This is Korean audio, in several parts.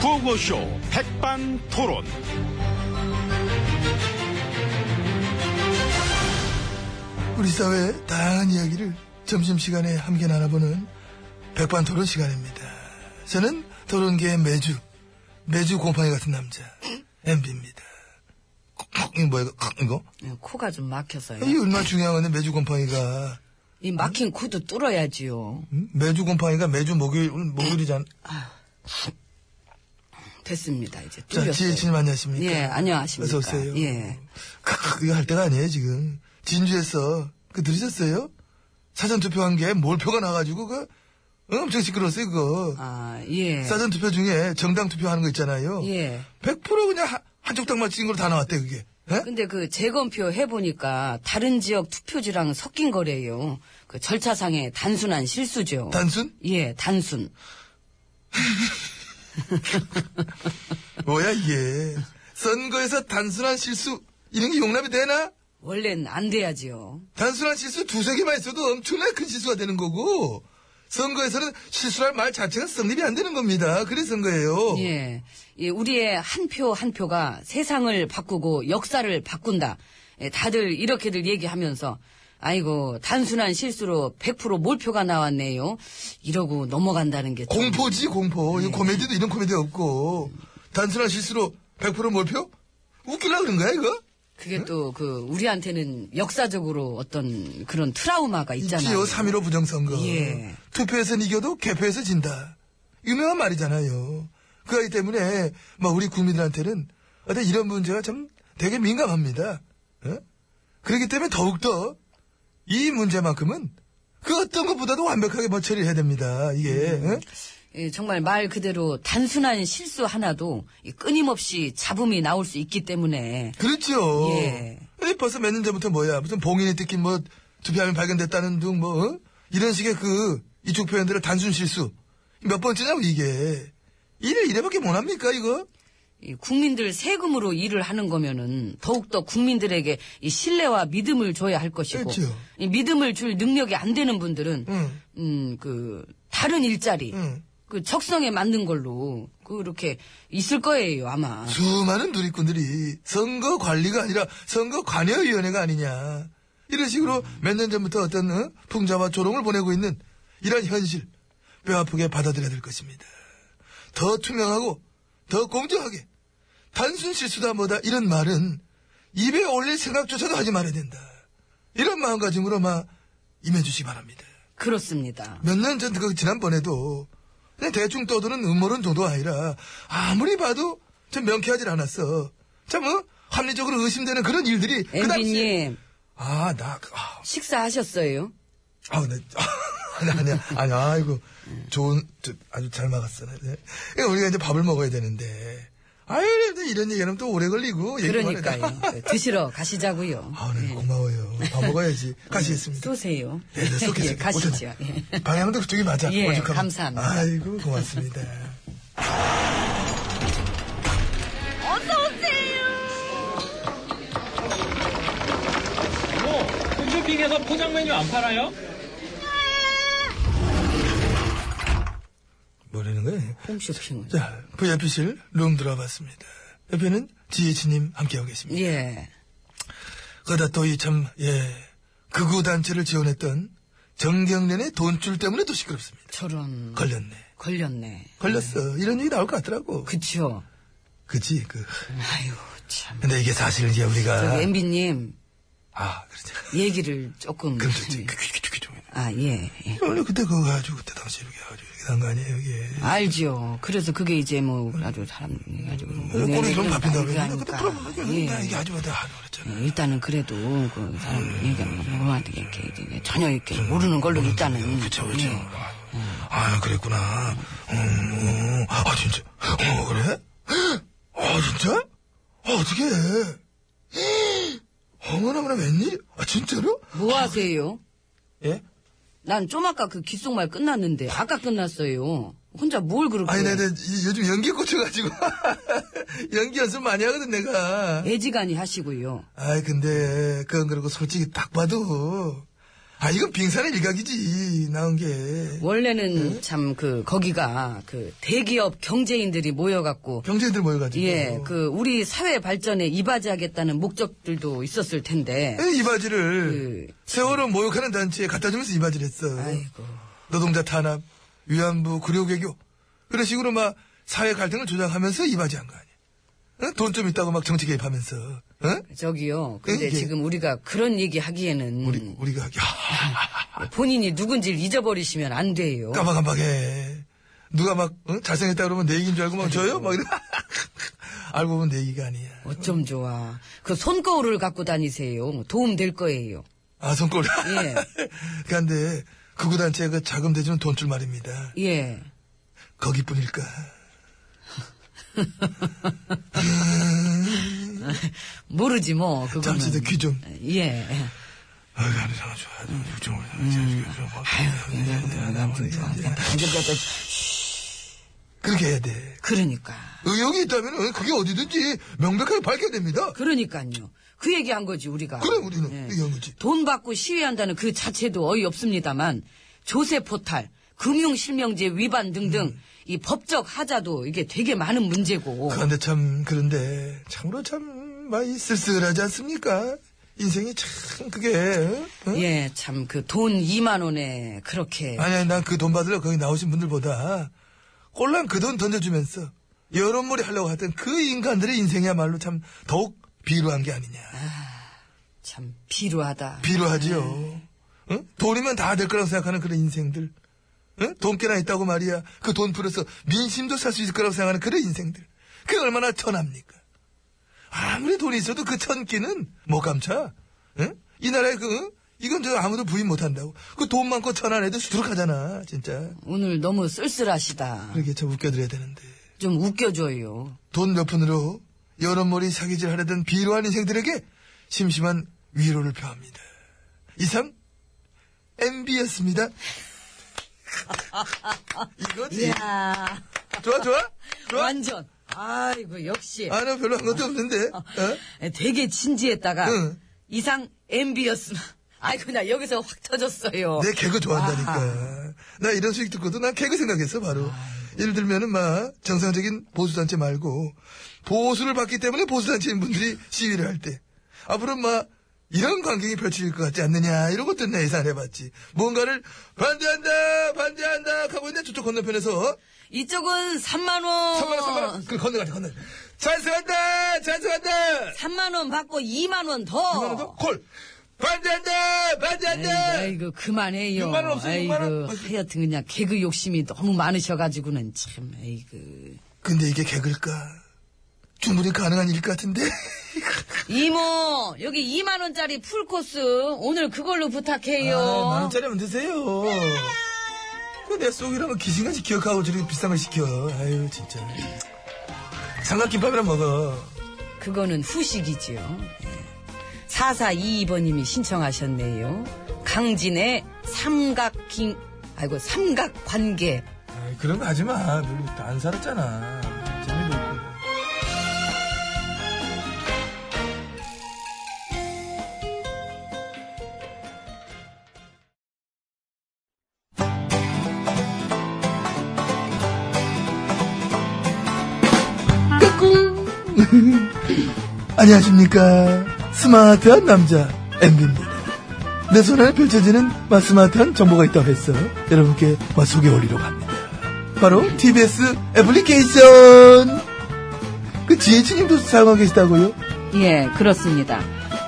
구호쇼 백반 토론. 우리 사회의 다양한 이야기를 점심시간에 함께 나눠보는 백반토론 시간입니다. 저는 토론계의 매주, 매주 곰팡이 같은 남자, MB입니다. 이거 뭐야, 이거? 이거? 예, 코가 좀 막혀서요. 이게 얼마나 중요한 건데, 매주 곰팡이가. 이 막힌 코도 뚫어야지요. 음? 매주 곰팡이가 매주 목요일, 오늘 목요일이잖아. 됐습니다. 이제 자, 뚫렸어요. 지혜진님 안녕하십니까? 아, 예, 안녕하십니까. 어서오세요. 예. 크크, 이거 할 때가 아니에요, 지금. 진주에서, 그, 들으셨어요? 사전투표한 게 몰표가 나가지고, 그, 엄청 시끄러웠어요, 그거. 아, 예. 사전 투표 중에 정당 투표하는 거 있잖아요. 예. 100% 그냥 한, 한쪽 당만 찍은 걸로 다 나왔대, 그게. 예? 근데 그 재검표 해보니까 다른 지역 투표지랑 섞인 거래요. 그 절차상의 단순한 실수죠. 단순? 예, 단순. 뭐야, 이게. 선거에서 단순한 실수, 이런 게 용납이 되나? 원래는 안 돼야지요. 단순한 실수 두세 개만 있어도 엄청나게 큰 실수가 되는 거고, 선거에서는 실수랄 말 자체가 성립이 안 되는 겁니다. 그래서 선거예요. 예. 예, 우리의 한 표 한 표가 세상을 바꾸고 역사를 바꾼다. 예, 다들 이렇게들 얘기하면서 아이고 단순한 실수로 100% 몰표가 나왔네요. 이러고 넘어간다는 게 참- 공포지, 공포. 예. 이 코미디도 이런 코미디 없고, 단순한 실수로 100% 몰표? 웃기려고 그런 거야, 이거? 그게 또 그 우리한테는 역사적으로 어떤 그런 트라우마가 있잖아요. 있지요, 3.15 부정선거. 예. 투표에서는 이겨도 개표에서 진다. 유명한 말이잖아요. 그 아이 때문에, 막, 우리 국민들한테는, 어떤 이런 문제가 참 되게 민감합니다. 어? 그렇기 때문에 더욱더, 이 문제만큼은, 그 어떤 것보다도 완벽하게 뭐 처리해야 됩니다. 이게, 어? 예, 정말 말 그대로 단순한 실수 하나도 이 끊임없이 잡음이 나올 수 있기 때문에 그렇죠. 예. 아니, 벌써 몇 년 전부터 뭐야. 무슨 봉인이 뜯긴 뭐, 투표함이 발견됐다는 등 뭐, 어? 이런 식의 그, 이쪽 표현들을 단순 실수. 몇 번째냐고, 이게. 이래, 이래밖에 못합니까, 이거? 이 국민들 세금으로 일을 하는 거면은 더욱더 국민들에게 이 신뢰와 믿음을 줘야 할 것이고 그렇죠. 이 믿음을 줄 능력이 안 되는 분들은 응. 음, 그 다른 일자리 응. 그 적성에 맞는 걸로 그렇게 있을 거예요 아마 수많은 누리꾼들이 선거 관리가 아니라 선거 관여위원회가 아니냐. 이런 식으로 몇 년 전부터 어떤, 어? 풍자와 조롱을 보내고 있는 이런 현실. 뼈 아프게 받아들여야 될 것입니다. 더 투명하고, 더 공정하게. 단순 실수다 뭐다 이런 말은 입에 올릴 생각조차도 하지 말아야 된다. 이런 마음가짐으로 막 임해주시기 바랍니다. 그렇습니다 몇 년 전, 그, 지난번에도, 그냥 대충 떠드는 음모론 정도가 아니라, 아무리 봐도 좀 명쾌하진 않았어. 참, 어? 합리적으로 의심되는 그런 일들이, 그 당시에. 엠비님 아, 나, 아, 식사하셨어요? 아, 나, 아니, 아니야, 아니야, 아이고, 좋은, 저, 아주 잘 막았어. 네. 그러니까 우리가 이제 밥을 먹어야 되는데, 아유, 이런 얘기하면 또 오래 걸리고, 얘기만 해도. 그러니까요 그 드시러 가시자고요 예, 아, 네, 고마워요. 밥 먹어야지. 네. 가시겠습니다. 쏘세요 네, 네, 쏘겠습니다. 예, 가시죠 오셨네. 예. 방향도 그쪽이 맞아. 예, 오죽하면. 감사합니다. 아이고, 고맙습니다. 뭐, 홈쇼핑에서 포장 메뉴 안 팔아요? 뭐라는 거예요? 홈쇼핑은 자, VIP실 룸 들어봤습니다. 옆에는 지혜진님 함께하고 계십니다. 예 그러다 또 이 참, 예, 극우단체를 지원했던 정경련의 돈줄 때문에 또 시끄럽습니다. 저런 걸렸네. 걸렸네 걸렸어. 이런 얘기 나올 것 같더라고. 그, 그쵸 그치, 그. 아이고 참. 근데 이게 사실 이제 우리가. 저기 MB님 아, 그렇지. 얘기를 조금. 그럼 좋지. 그, 그, 그, 그, 좀 해라. 아 예. 예. 원래 그때 그거 가지고 그때 당시 이렇게 가지고 이렇게 난 거 아니에요, 이게. 네, 알지요. 그래서 그게 이제 뭐 아주 사람 아주 꼬리 어, 네, 좀 밟힌다 그러는데 그때 풀어보면 그러니까. 그냥 예. 이게 음. 아주 맞아. 아, 그랬잖아. 예, 일단은 그래도 그 사람 얘기하는 거한테 이렇게 이렇게 전혀 이렇게 모르는 걸로 일단은. 그쵸, 그쵸. 예. 아, 그랬구나. 음, 음. 아, 진짜. 어, 그래? 아, 진짜? 아, 어떻게 어머나머나 웬일? 아, 진짜로? 뭐 하세요? 예? 난 좀 아까 그 귓속말 끝났는데 아까 끝났어요. 혼자 뭘 그렇게 아니, 네, 나, 나 이- 요즘 연기 꽂혀가지고. 연기 연습 많이 하거든, 내가. 애지간히 하시고요. 아이, 근데, 그건 그렇고, 솔직히 딱 봐도. 아, 이건 빙산의 일각이지, 나온 게. 뭐? 네. 원래는 참 그 거기가 그 대기업 경제인들이 모여갖고 경제인들 모여가지고. 예, 그 우리 사회 발전에 이바지하겠다는 목적들도 있었을 텐데. 에, 예, 이 바지를 그, 세월호 모욕하는 단체에 갖다 주면서 이 바지를 했어. 아이고. 노동자 탄압, 위안부, 구려외교 그런 식으로 막 사회 갈등을 조장하면서 이 바지 한 거 아니야. 돈 좀 있다고 막 정치 개입하면서. 음. 어? 저기요. 근데 예. 지금 우리가 그런 얘기 하기에는 우리, 우리가, 야, 본인이 누군지를 잊어버리시면 안 돼요. 까마깜박해. 누가 막 어? 잘생겼다 그러면 내 얘기인 줄 알고 막 저요? 막 이래. 알고 보면 내 얘기가 아니야. 어쩜 좋아. 그 손거울을 갖고 다니세요. 뭐 도움 될 거예요. 아, 손골. 예. 그런데 극우단체 그 자금 대주는 돈줄 말입니다. 예. 거기뿐일까. 모르지 뭐. 그거는. 잠시 내 귀 좀. 예. 아이 아니 상 좋아 육종을 음. 네, 그렇게 해야 돼 그러니까. 의욕이 있다면 어, 그게 어디든지 명백하게 밝혀야 됩니다 그러니까요. 그 얘기한 거지 우리가. 예. 그래, 우리는 얘기한 거지. 돈 받고 시위한다는 그 자체도 어이없습니다만 조세 포탈, 금융 실명제 위반 등등 이 법적 하자도 이게 되게 많은 문제고. 음. 그런데 참 그런데 참으로 참 많이 쓸쓸하지 않습니까 인생이 참 그게 어? 어? 예, 참 그 돈 2만 원에 그렇게 아니 아니 난 그 돈 받으러 거기 나오신 분들보다 꼴랑 그 돈 던져주면서 여론몰이 하려고 하던 그 인간들의 인생이야말로 참 더욱 비루한 게 아니냐 참 비루하다. 비루하지요. 응? 돈이면 다 될 거라고 생각하는 그런 인생들. 응? 돈 꽤나 있다고 말이야. 그 돈 풀어서 민심도 살 수 있을 거라고 생각하는 그런 인생들. 그게 얼마나 천합니까? 아무리 돈이 있어도 그 천기는 못 감춰. 응? 이 나라에 그, 응? 이건 저 아무도 부인 못 한다고. 그 돈 많고 천한 애들 수두룩하잖아, 진짜. 오늘 너무 쓸쓸하시다. 그러게 저 웃겨드려야 되는데. 좀 웃겨줘요. 돈 몇 푼으로 여론몰이 사기질 하려던 비루한 인생들에게 심심한 위로를 표합니다. 이상 MB였습니다. 이거지. 이야, 좋아 좋아 좋아. 완전. 아이고 역시 아 나 별로 한 것도 없는데. 어? 예, 되게 진지했다가 응. 이상 MB였으면 아이고 나 여기서 확 터졌어요. 내 개그 좋아한다니까. 아하. 나 이런 소식 듣고도 난 개그 생각했어 바로. 예를 들면은 막 정상적인 보수단체 말고 보수를 받기 때문에 보수단체인 분들이 시위를 할 때 앞으로 막 이런 광경이 펼쳐질 것 같지 않느냐 이런 것들 내 예상해봤지. 뭔가를 반대한다 반대한다 하고 있는데 저쪽 건너편에서 이쪽은 3만 원. 3만원 3만원 그 건너가자 건너. 찬스한다 찬스한다. 3만 원 받고 2만 원 더. 2만원 더 콜. 반대한다 아이고, 반대한다. 아이고 그만해요. 6만 원 없어요, 아이고 6만 원. 하여튼 그냥 개그 욕심이 너무 많으셔가지고는 참 아이고 근데 이게 개그일까? 충분히 가능한 일 같은데. 아, 이모 여기 2만 원짜리 풀 코스 오늘 그걸로 부탁해요. 아, 만 원짜리 안 드세요. 그내 속이라면 귀신같이 기억하고 저렇게 비싼 걸 시켜. 아유, 진짜. 삼각김밥이랑 먹어. 그거는 후식이지요. 4422번님이 신청하셨네요. 강진의 삼각김, 아이고, 삼각관계. 아이, 그런 거 하지 마. 별로 안 살았잖아. 재미도 없고. 안녕하십니까. 스마트한 남자, MB입니다. 내 손안에 펼쳐지는 마 스마트한 정보가 있다고 해서 여러분께 마 소개해올리려고 합니다. 바로 TBS 애플리케이션! 그 지혜진님도 사용하고 계시다고요? 예, 그렇습니다.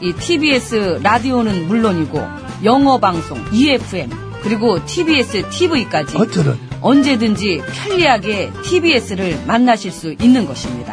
이 TBS 라디오는 물론이고, 영어방송, EFM, 그리고 TBS TV까지 어쩌면 언제든지 편리하게 TBS를 만나실 수 있는 것입니다.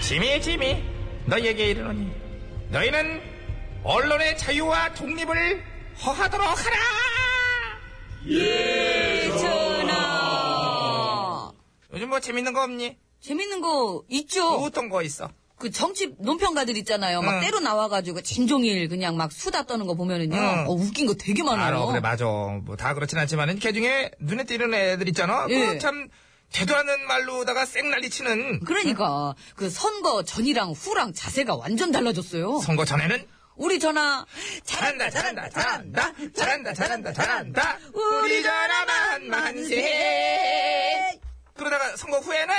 지미 지미 너희에게 이르노니 너희는 언론의 자유와 독립을 허하도록 하라 전하. 요즘 뭐 재밌는 거 없니? 재밌는 거 또 있죠? 어떤 거 있어? 그 정치 논평가들 있잖아요. 막 응. 때로 나와가지고 진종일 그냥 막 수다 떠는 거 보면은요. 응. 어, 웃긴 거 되게 많아요. 알어 그래 맞아 뭐 다 그렇진 않지만은 걔중에 눈에 띄는 애들 있잖아 예. 그참 되도 않은 말로다가 쌩난리 치는 그러니까 그 선거 전이랑 후랑 자세가 완전 달라졌어요. 선거 전에는 우리 전화 잘한다 잘한다 잘한다 잘한다 잘한다 잘한다 우리 전화만 만세 그러다가 선거 후에는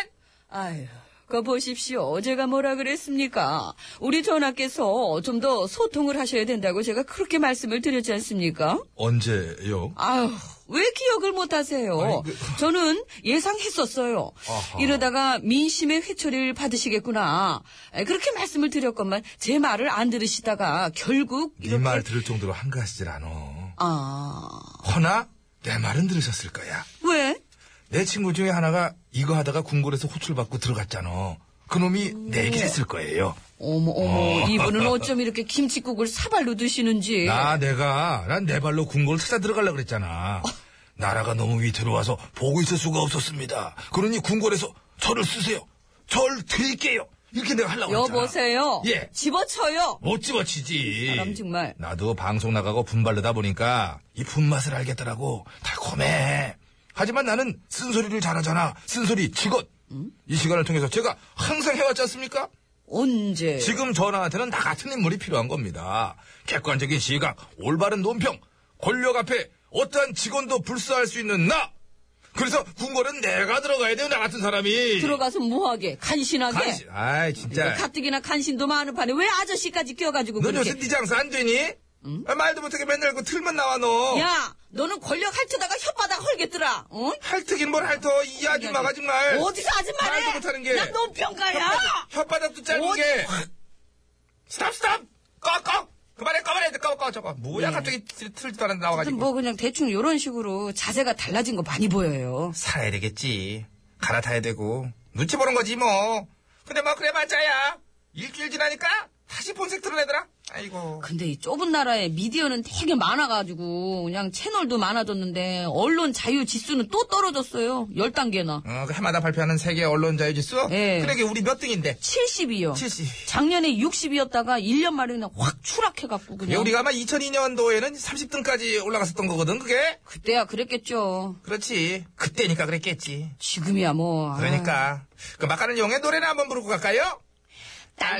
아유. 거 보십시오. 어제가 뭐라 그랬습니까? 우리 전하께서 좀 더 소통을 하셔야 된다고 제가 그렇게 말씀을 드렸지 않습니까? 언제요? 아유, 왜 기억을 못 하세요? 저는 예상했었어요. 그- 아하. 이러다가 민심의 회초리를 받으시겠구나. 에, 그렇게 말씀을 드렸건만 제 말을 안 들으시다가 결국 네 말 들을 정도로 한가하시질 않어. 아, 허나 내 말은 들으셨을 거야. 왜? 내 친구 중에 하나가 이거 하다가 궁궐에서 호출받고 들어갔잖아. 그놈이 내 얘기를 했을 거예요. 어머 어머 이분은 어쩜 이렇게 김치국을 사발로 드시는지. 아. 나 내가 난 내 발로 궁궐을 찾아 들어가려고 그랬잖아. 나라가 너무 위태로워서 보고 있을 수가 없었습니다. 그러니 궁궐에서 저를 쓰세요. 절 드릴게요. 이렇게 내가 하려고 그랬잖아. 여보세요. 예. 집어쳐요. 못 집어치지. 사람 정말. 나도 방송 나가고 분발르다 보니까 이 분맛을 알겠더라고. 달콤해. 하지만 나는 쓴소리를 잘하잖아. 쓴소리 직업. 이 시간을 통해서 제가 항상 해왔지 않습니까? 언제? 지금 전화한테는 나 같은 인물이 필요한 겁니다. 객관적인 시각, 올바른 논평, 권력 앞에 어떠한 직원도 불사할 수 있는 나. 그래서 궁궐은 내가 들어가야 돼요. 나 같은 사람이. 들어가서 뭐하게 간신하게. 간신. 아이 진짜. 가뜩이나 간신도 많은 판에 왜 아저씨까지 껴가지고 넌 그렇게 요새 네 장사 안 되니? 아, 말도 못하게 맨날 그 틀만 나와 너. 야, 너는 권력 핥으다가 혓바닥 헐겠더라. 응? 할트긴 뭘 할터 이 아줌마가 정말. 어디서 아줌마래? 말도 못하는 게. 나 논평가야. 혓바닥도 짧은 어디- 게. 스탑 스탑. 꺼꺼. 그만해 꺼만해. 꺼꺼 꺼 저거. 예. 뭐야 갑자기 틀- 틀지도 않은 데 나와가지고. 뭐 그냥 대충 요런 식으로 자세가 달라진 거 많이 보여요. 살아야 되겠지. 갈아타야 되고. 눈치 보는 거지, 뭐. 근데 뭐, 그래 맞자야. 일주일 지나니까 다시 본색 드러내더라. 아이고. 근데 이 좁은 나라에 미디어는 되게 많아가지고 그냥 채널도 많아졌는데 언론 자유 지수는 또 떨어졌어요. 10단계나. 어, 그 해마다 발표하는 세계 언론 자유지수? 예. 그러게, 우리 몇 등인데? 70이요. 70. 작년에 60이었다가 1년 만에 그냥 확 추락해갖고 예, 그냥. 우리가 아마 2002년도에는 30등까지 올라갔었던 거거든, 그게? 그때야 그랬겠죠. 그렇지. 그때니까 그랬겠지. 지금이야 뭐. 아유. 그러니까. 그 막가는 용의 노래나 한번 부르고 갈까요?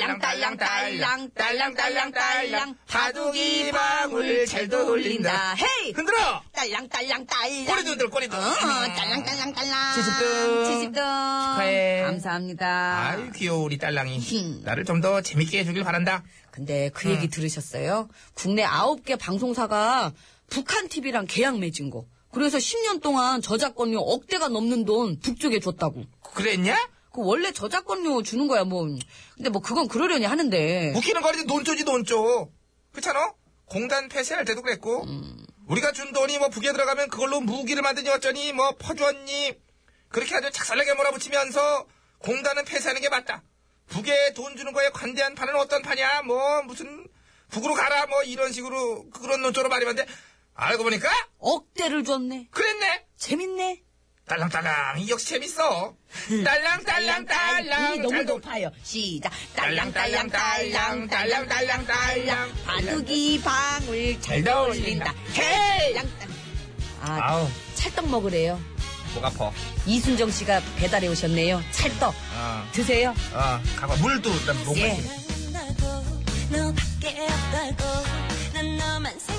딸랑딸랑딸랑 딸랑딸랑딸랑 바둑이 방울 잘 돌린다 헤이 흔들어! 딸랑딸랑딸랑 꼬리들들, 꼬리들. 어, 딸랑딸랑딸랑 칠십 등. 칠십 등. 네. 축하해. 감사합니다 아유 귀여워 우리 딸랑이 나를 좀 더 재밌게 해주길 바란다 근데 그 얘기 들으셨어요? 국내 아홉 개 방송사가 북한 TV랑 계약 맺은 거 그래서 10년 동안 저작권료 억대가 넘는 돈 북쪽에 줬다고 그랬냐? 그 원래 저작권료 주는 거야 뭐 근데 뭐 그건 그러려니 하는데 웃기는 거리지 논조지 논조 그렇잖아? 공단 폐쇄할 때도 그랬고 음. 우리가 준 돈이 뭐 북에 들어가면 그걸로 무기를 만드니 어쩌니 뭐 퍼주었니 그렇게 아주 착살나게 몰아붙이면서 공단은 폐쇄하는 게 맞다 북에 돈 주는 거에 관대한 판은 어떤 판이야 뭐 무슨 북으로 가라 뭐 이런 식으로 그런 논조로 말이면 돼 알고 보니까 억대를 줬네 그랬네 재밌네 딸랑딸랑 이 역시 재밌어 딸랑딸랑딸랑 이게 너무 잘 돌- 높아요. 시작. 딸랑딸랑딸랑 딸랑 딸랑딸랑딸랑딸랑 바둑이 방울 잘 잘 돌린다. 돌린다. 헤이. 아, 아우 찰떡 먹으래요. 목 아파 이순정 씨가 배달해 오셨네요. 찰떡 아, 드세요. 아 가봐 물도 난 목만 예. 사랑한다고 너밖에 없다고 난 너만 생각